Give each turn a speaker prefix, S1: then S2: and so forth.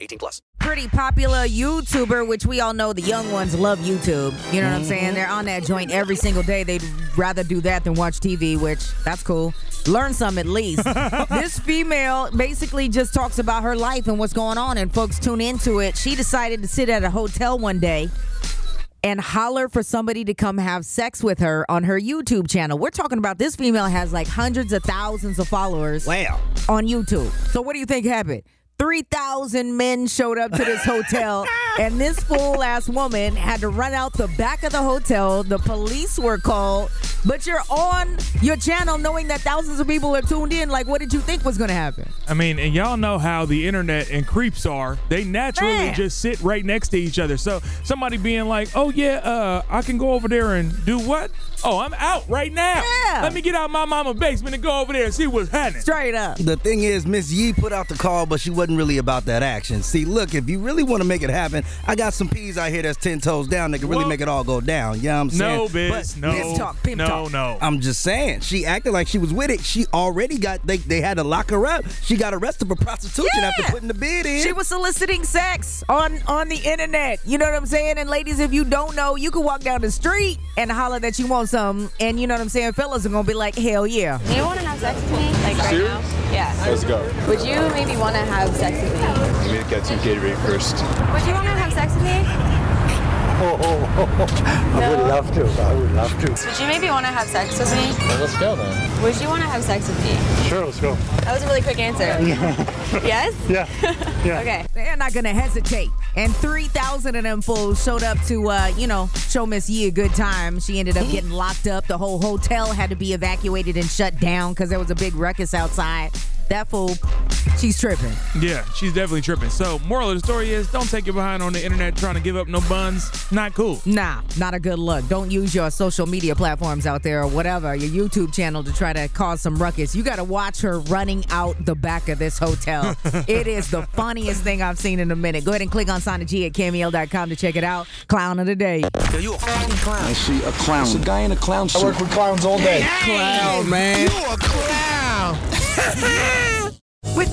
S1: 18 plus.
S2: pretty popular YouTuber, which we all know the young ones love YouTube. You know what I'm saying? They're on that joint every single day. They'd rather do that than watch TV, which that's cool. Learn some at least. this female basically just talks about her life and what's going on, and folks tune into it. She decided to sit at a hotel one day and holler for somebody to come have sex with her on her YouTube channel. We're talking about this female has like hundreds of thousands of followers
S3: Wow.
S2: on YouTube. So what do you think happened? 3,000 men showed up to this hotel, and this fool ass woman had to run out the back of the hotel. The police were called, but you're on your channel knowing that thousands of people are tuned in. Like, what did you think was going to happen?
S4: I mean, and y'all know how the internet and creeps are. They naturally
S2: Man.
S4: just sit right next to each other. So somebody being like, "Oh yeah, uh, I can go over there and do what? Oh, I'm out right now.
S2: Yeah.
S4: Let me get out my mama basement and go over there and see what's happening."
S2: Straight up.
S3: The thing is, Miss Yee put out the call, but she wasn't really about that action. See, look, if you really want to make it happen, I got some peas out here that's 10 toes down that can really
S4: Well-
S3: make it all go down. You know what I'm saying?
S4: No, biz.
S3: But
S4: No.
S2: Miss Talk, Pimp
S4: no,
S2: Talk.
S4: no.
S3: I'm just saying, she acted like she was with it. She already got, they, they had to lock her up. She got arrested for prostitution
S2: Yeah.
S3: after putting the bid in.
S2: She was soliciting sex on on the internet. You know what I'm saying? And ladies, if you don't know, you can walk down the street and holler that you want something, and you know what I'm saying? Fellas are gonna be like, hell yeah.
S5: Do you want to have sex with me? Like right now? Yeah.
S6: Let's go.
S5: Would you maybe want to have sex with me?
S6: Let me get some Gatorade first.
S5: Would you want to have sex with me?
S7: Oh, I would love to. I would love to.
S5: Would you maybe want to have sex with me?
S6: Let's go then.
S5: Would you want to have sex with me?
S7: Sure, let's go.
S5: That was a really quick answer. yes?
S7: Yeah. Yeah.
S5: Okay.
S2: They're not gonna hesitate. And 3,000 of them fools showed up to, uh, you know, show Miss Yee a good time. She ended up getting locked up. The whole hotel had to be evacuated and shut down because there was a big ruckus outside. That fool, she's tripping.
S4: Yeah, she's definitely tripping. So, moral of the story is, don't take your behind on the internet trying to give up no buns. Not cool.
S2: Nah, not a good look. Don't use your social media platforms out there or whatever, your YouTube channel to try to cause some ruckus. You got to watch her running out the back of this hotel. it is the funniest thing I've seen in a minute. Go ahead and click on Sana G at cameo.com to check it out. Clown of the day.
S8: I see a clown. It's a guy in a clown
S6: I work with clowns all day.
S3: clown, Oh, man.
S9: With